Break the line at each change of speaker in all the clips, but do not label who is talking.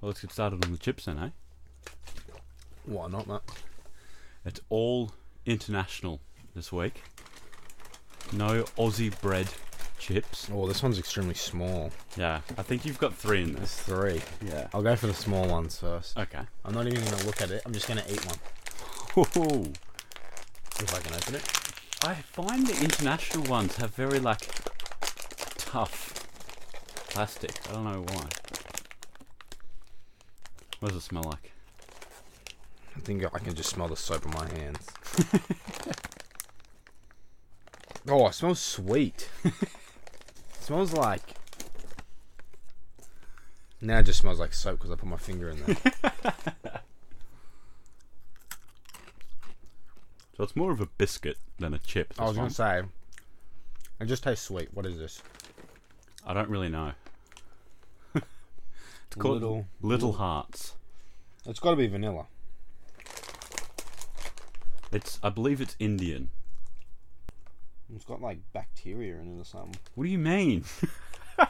Well, let's get started on the chips then, eh?
Why not, Matt?
It's all international this week. No Aussie bread chips.
Oh, this one's extremely small.
Yeah, I think you've got three in this.
There's three.
Yeah.
I'll go for the small ones first.
Okay.
I'm not even going to look at it. I'm just going to eat one.
Ooh.
If I can open it.
I find the international ones have very like tough plastic. I don't know why. What does it smell like?
I think I can just smell the soap on my hands. oh, it smells sweet. it smells like. Now it just smells like soap because I put my finger in there.
So it's more of a biscuit than a chip.
I
this
was going
one.
to say. It just tastes sweet. What is this?
I don't really know. it's called
Little-
Little, Hearts.
It's got to be vanilla.
It's I believe it's Indian.
It's got like bacteria in it or something.
What do you mean?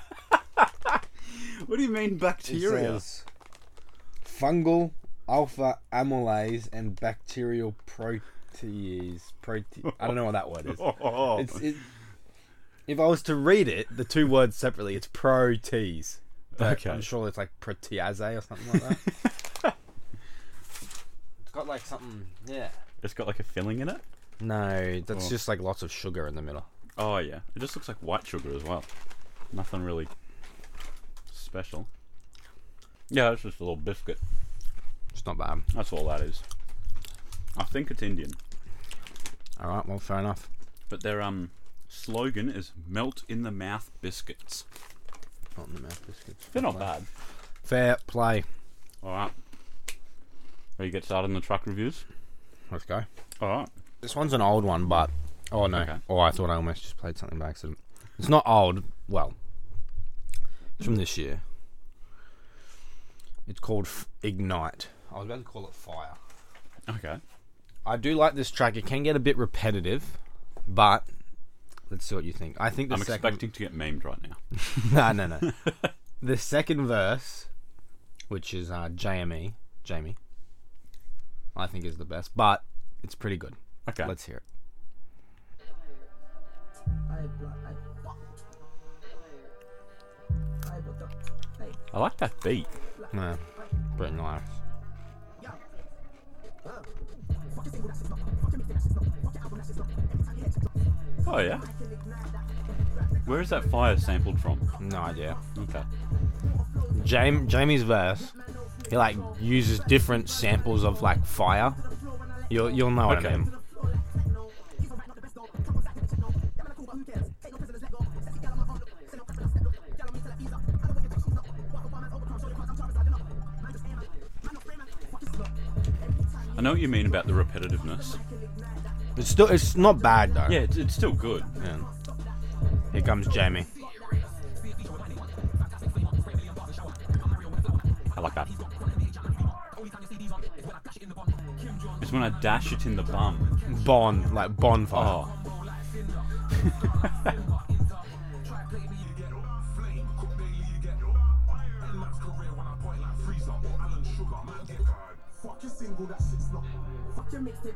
what do you mean bacteria?
says, fungal alpha amylase and bacterial protease. Prote- I don't know what that word is.
Oh,
It's, it, if I was to read it, the two words separately, it's protease. But
Okay.
I'm sure it's like protease or something like that. it's got like something. Yeah.
it's got like a filling in it.
No, that's
Oh.
just like lots of sugar in the middle.
Oh yeah, it just looks like white sugar as well. Nothing really special. Yeah, it's just a little biscuit.
It's not bad.
That's all that is. I think it's Indian,
All right. Well, fair enough.
but their um slogan is "Melt in the mouth biscuits."
Not in the mouth biscuits.
They're not bad.
Fair play.
All right. Ready to get started on the truck reviews?
Let's go.
All right.
This one's an old one, but oh no!
Okay.
Oh, I thought I almost just played something by accident. It's not old. Well, it's from this year. It's called F- Ignite. I was about to call it Fire.
Okay.
I do like this track. It can get a bit repetitive, but let's see what you think. I think the
I'm
second.
expecting to get memed right now.
no, no, no. the second verse, which is uh, JME, Jamie, E, I think is the best, but it's pretty good.
Okay.
Let's hear it.
I bl- I fuck. I what the hey
I like that beat.
Yeah, pretty nice.
Oh yeah. Where is that fire sampled from?
No idea.
Okay.
Jam- Jamie's verse, he like uses different samples of like fire. You'll you'll know what
Okay.
I mean.
I know what you mean about the repetitiveness.
It's still it's not bad though.
Yeah, it's, it's still good.
Yeah. Here comes Jamie.
I like that. It's when I dash it in the bum.
Bon like bonfire.
Oh.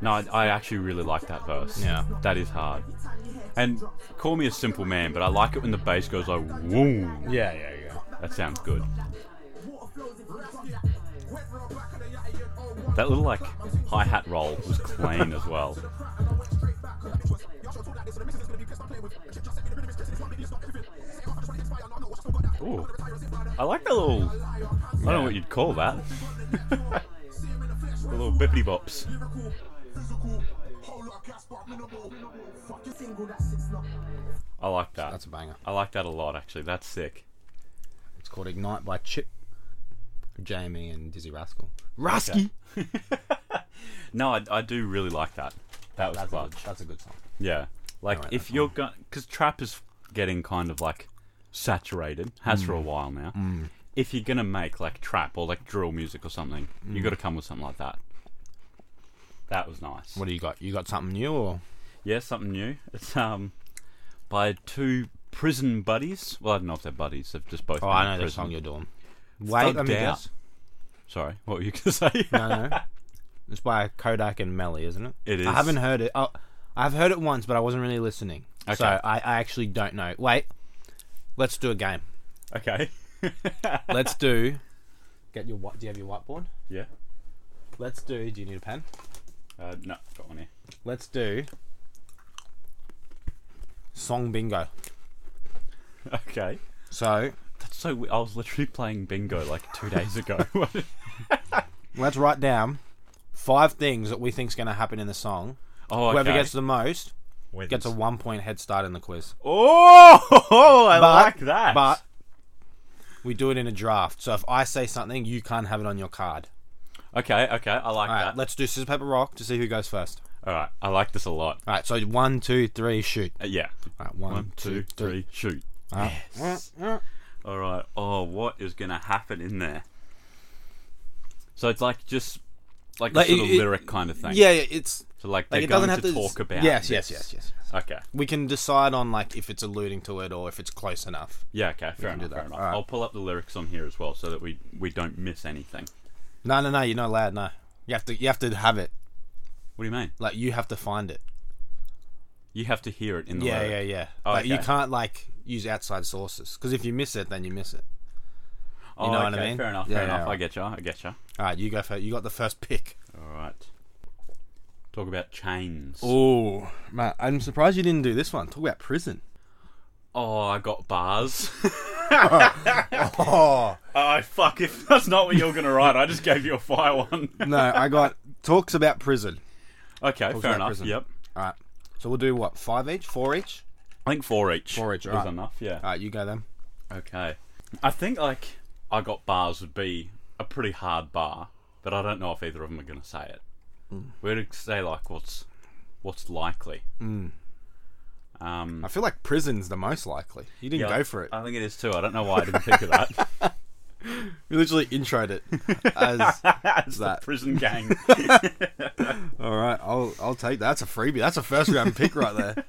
No, I, I actually really like that verse.
Yeah.
That is hard. And call me a simple man, but I like it when the bass goes like, woo.
Yeah yeah yeah.
That sounds good. That little like hi hat roll was clean as well. Ooh. I like that little. I don't know what you'd call that. the little bippity bops. I like that.
That's a banger.
I like that a lot actually. That's sick.
It's called Ignite by Chip, Jamie, and Dizzy Rascal. Rasky.
No, I, I do really like that. That was
That's a, good,
clutch.
that's a good song.
Yeah. Like
Alright,
if
that's
you're going cuz trap is getting kind of like saturated has for a
Mm.
while now. If you're going to make like trap or like drill music or something, you
Mm.
got to come with something like that. That was nice.
What do you got? You got something new or?
Yeah, something new. It's um by two prison buddies. Well, I don't know if they're buddies. They've just both
Oh,
been
I
in
know the
prison.
song you're doing. Wait,
Thugged
let me
Out.
guess.
Sorry, what were you gonna say?
No, no. it's by Kodak and Melly, isn't it?
It is.
I haven't heard it. Oh, I've heard it once, but I wasn't really listening.
Okay.
So I, I actually don't know. Wait, let's do a game.
Okay.
Let's do. Get your. whi- Do you have your whiteboard?
yeah.
Let's do. Do you need a pen?
Uh, no, got one here.
Let's do. Song bingo.
Okay.
So
That's so. We- I was literally playing bingo like two days ago.
let's write down five things that we think's going to happen in the song.
oh, okay.
Whoever gets the most
Wins.
gets a one point head start in the quiz.
Oh, I
But-
like that.
But we do it in a draft. So if I say something, you can't have it on your card.
okay, okay, I like
All right,
that.
let's do scissors, paper, rock to see who goes first.
All right, I like this a lot.
All right, so one, two, three, shoot.
Uh, yeah.
All right, one,
One, two, three, shoot. Yes. All right. Oh, what is gonna happen in there? So it's like just like,
Like,
a sort of
it- it-
lyric kind of thing.
Yeah, yeah, it's
So like they're
like it
going
doesn't have
to,
to
talk about.
Yes,
this.
yes, yes, yes. yes.
Okay.
We can decide on like if it's alluding to it or if it's close enough.
Yeah. Okay. Fair
can do
enough. Fair
that.
enough.
All right.
I'll pull up the lyrics on here as well, so that we we don't miss anything.
No, no, no. You're not allowed. No, you have to. You have to have it.
What do you mean?
Like you have to find it.
You have to hear it in the
Yeah,
lyric.
yeah, yeah.
Oh,
like you
okay.
can't like use outside sources because if you miss it, then you miss it.
Oh,
know what I
okay,
mean?
Fair enough.
Yeah,
fair
yeah,
enough. I
right.
get you. I get you.
All right, you go first. You got the first pick.
All right. Talk about chains.
Oh, man, I'm surprised you didn't do this one. Talk about prison.
Oh, I got bars.
Oh
oh, fuck. If that's not what you're going to write, I just gave you a fire one.
no, I got talks about prison.
okay, fair
about
enough.
prison.
Yep.
All right, so we'll do what? Five each, four each.
I think four each.
Four each,
is
alright. Uh,
enough, yeah.
All right, you go then.
Okay. I think, like, I got bars would be a pretty hard bar, but I don't know if either of them are going to say it.
Mm.
We're going to say, like, what's what's likely.
Mm.
Um,
I feel like prison's the most likely. You didn't
yeah, Uh,
go for it.
I think it is too. I don't know why I didn't think of that.
We literally introed it. As,
That's
That.
the prison gang.
all right, I'll I'll take that. That's a freebie. That's a first round pick right there.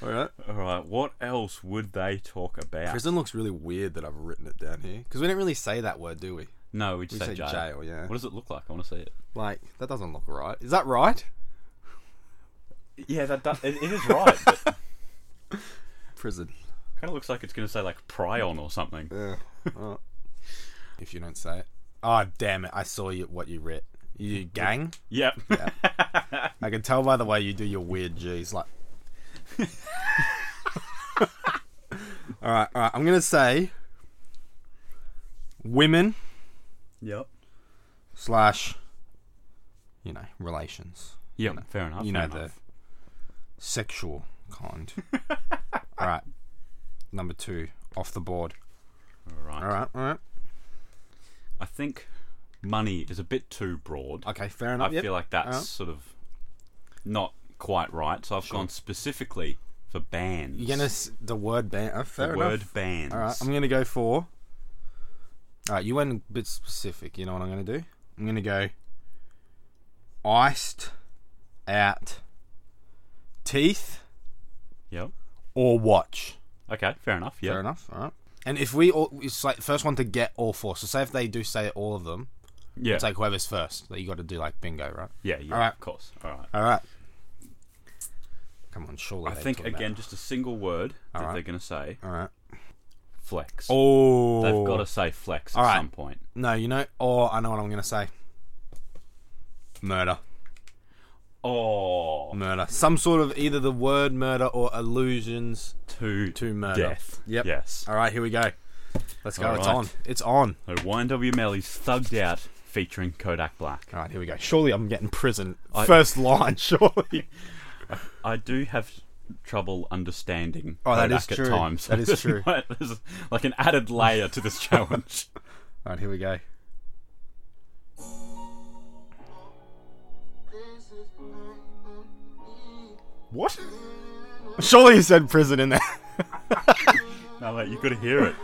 All right.
All right, what else would they talk about?
Prison looks really weird that I've written it down here because we don't really say that word, do we?
No, we
We
just say, jail.
yeah.
What does it look like? I want to see it.
Like that doesn't look right. Is that right?
Yeah, that does, it, it is right. but kind
Prison.
of looks like it's going to say like prion or something.
Yeah. well, Oh. if you don't say it. Oh damn it! I saw you what you writ. You gang.
Yep.
I can tell by the way you do your weird G's. Like. all right, all right. I'm gonna say women
Yep.
slash you know relations.
Yep. Fair enough.
you know
Ah, fair
the
enough.
sexual kind. all right, number two off the board.
All right.
All right, all right.
I think money is a bit too broad. I,
Okay, fair enough. yep.
feel like that's
Alright.
sort of not quite right. So I've gone specifically for bands.
You're gonna s- the word ban. Oh,
the
fair enough.
word bands.
All right, I'm gonna go for. All right, you went a bit specific. You know what I'm gonna do? I'm gonna go. Iced, out, teeth
Yep.
or watch.
Okay. Fair enough. Yep.
Fair enough. All right. And if we all, it's like first one to get all four. So say if they do say all of them,
Yeah.
it's like whoever's first. That you got to do like bingo, right?
yeah. Yeah.
Alright.
Of course. All right.
All right. Come on, surely.
I
they
think
talk about-
again, just a single word that
Alright.
they're going to say.
All right.
Flex.
Oh,
They've got to say flex at
Alright.
some point.
No, you know. Or I know what I'm gonna say. Murder.
Oh,
murder. Some sort of either the word murder or allusions.
to
To murder.
death.
Yep.
Yes.
All right, here we go. Let's go.
All
It's
right.
on. It's on.
So YNW Melly's thugged out featuring Kodak Black.
All right, here we go. Surely I'm getting prison.
I-
First line, surely.
I do have trouble understanding
Oh, that
Kodak
is
at
true.
times.
That is true.
There's like an added layer to this challenge.
All right, here we go. What? Surely you said prison in there.
no, mate, you got to hear it.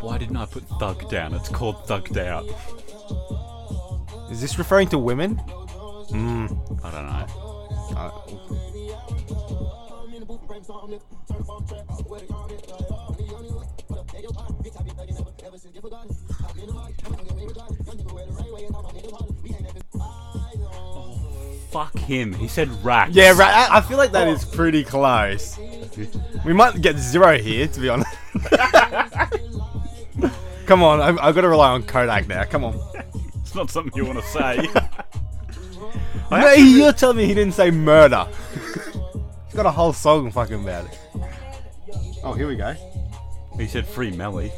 Why didn't I put thug down? It's called thugged out.
Is this referring to women?
I don't know.
Uh,
Fuck him. He said rack.
yeah, right. I, I feel like that is pretty close. We might get zero here, to be honest. Come on, I've, I've got to rely on Kodak now. Come on.
It's not something you want to say.
No, you're telling me he didn't say murder. He's got a whole song fucking about it. Oh, here we go.
he said free Melly.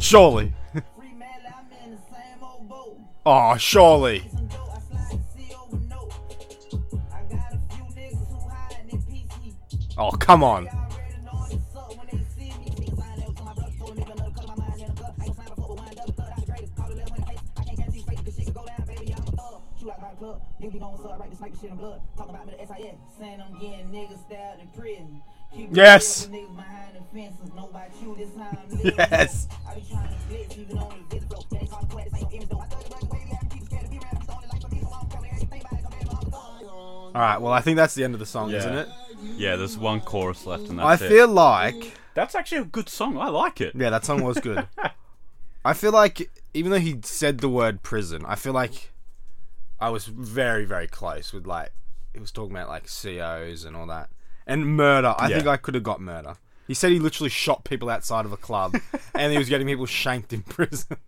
Surely.
Free man, I'm in the same old boat.
Oh, surely.
Some dough, I slide C over note. I got a few niggas who hiding in PC.
Oh, come on.
Y'all already know I'm the suck when they see me. Niggas lying there, so my brother told a nigga another color, my mind in a gut. I ain't slime before, but wind up thug. I'm the greatest, call it level in the face. I can't guarantee fate, cause shit can go down, baby, I'm a thug. Shoot out by the club, nigga be going sub, right, this sniper shit in blood. Talking about me to SIS, saying I'm getting niggas stabbed in prison. Keep it
Yes.
real with niggas behind the fences, know about you this time.
Yes.
I be trying to blitz, even on the visit, bro. That ain't called a quest, ain't no image, though. I thought it was a baby, I can keep scared to be around. It's the only life for me, so I don't tell me everything about it, I'm bad, but I'm a thug.
All right, well, I think that's the end of the song,
Yeah.
isn't it?
Yeah, there's one chorus left, and that's
I
it.
feel like.
that's actually a good song. I like it.
Yeah, that song was good. I feel like, even though he said the word prison, I feel like I was very, very close with like. He was talking about like COs and all that. And murder. I
Yeah.
think I could have got murder. He said he literally shot people outside of a club and he was getting people shanked in prison.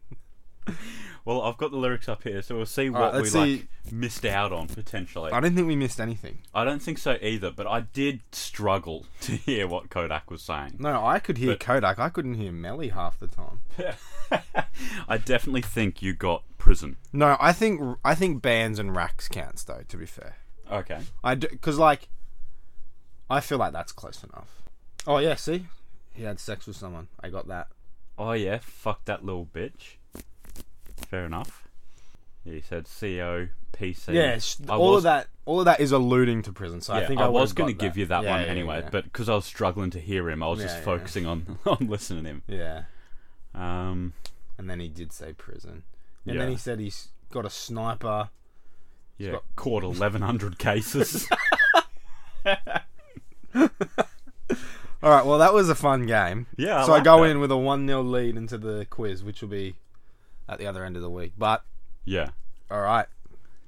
Well, I've got the lyrics up here, so we'll see
Alright,
what we
let's see.
like missed out on potentially.
I didn't think we missed anything.
I don't think so either, but I did struggle to hear what Kodak was saying.
No, I could hear
But-
Kodak. I couldn't hear Melly half the time.
I definitely think you got prison.
No, I think I think bands and racks counts though. To be fair,
Okay.
I because like I feel like that's close enough. Oh yeah, see, he had sex with someone. I got that.
Oh yeah, fuck that little bitch. Fair enough. He said C O P C.
Yeah, sh-
I
all
was-
of that. All of that is alluding to prison. So
Yeah,
I think
I,
I,
was
going to
give you that one anyway,
yeah.
but because I was struggling to hear him, I was
Yeah,
just
yeah.
focusing on on listening to him.
yeah,
Um,
and then he did say prison, and
Yeah.
then he said he's got a sniper.
yeah,
got-
caught eleven hundred cases.
All right, well that was a fun game.
Yeah, I
so I
like
go
that.
in with a one 0 lead into the quiz, which will be at the other end of the week. But
yeah.
all right,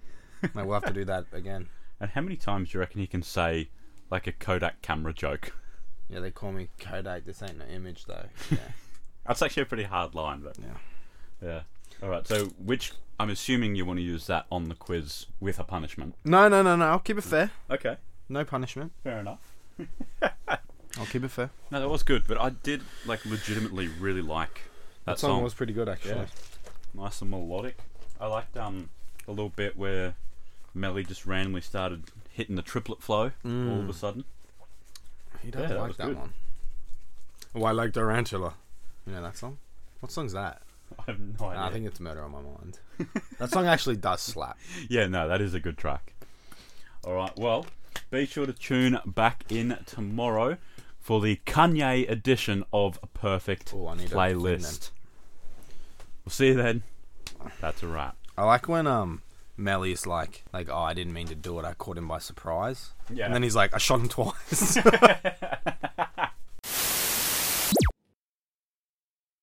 no, we'll have to do that again.
And how many times do you reckon he can say like a Kodak camera joke?
Yeah, they call me Kodak. This ain't no image though. Yeah.
That's actually a pretty hard line, but
Yeah.
yeah. All right. So which I'm assuming you want to use that on the quiz with a punishment.
no, no, no, no. I'll keep it fair.
Okay.
No punishment.
Fair enough.
I'll keep it fair.
No, that was good, but I did like legitimately really like that,
That song, was pretty good actually.
Yeah. nice and melodic. I liked um a little bit where Melly just randomly started hitting the triplet flow all of a sudden.
Mm. He
Yeah,
does
that
like
was
that
good.
one. Oh, I like Tarantula. You know that song? What song's that?
I have no idea.
I think it's Murder on My Mind. that song actually does slap.
Yeah, no, that is a good track. All right, well, be sure to tune back in tomorrow for the Kanye edition of Perfect
Ooh, I need a
Playlist. We'll see you then. That's a wrap.
I like when um Melly's like like oh I didn't mean to do it. I caught him by surprise.
Yeah.
And then he's like I shot him twice.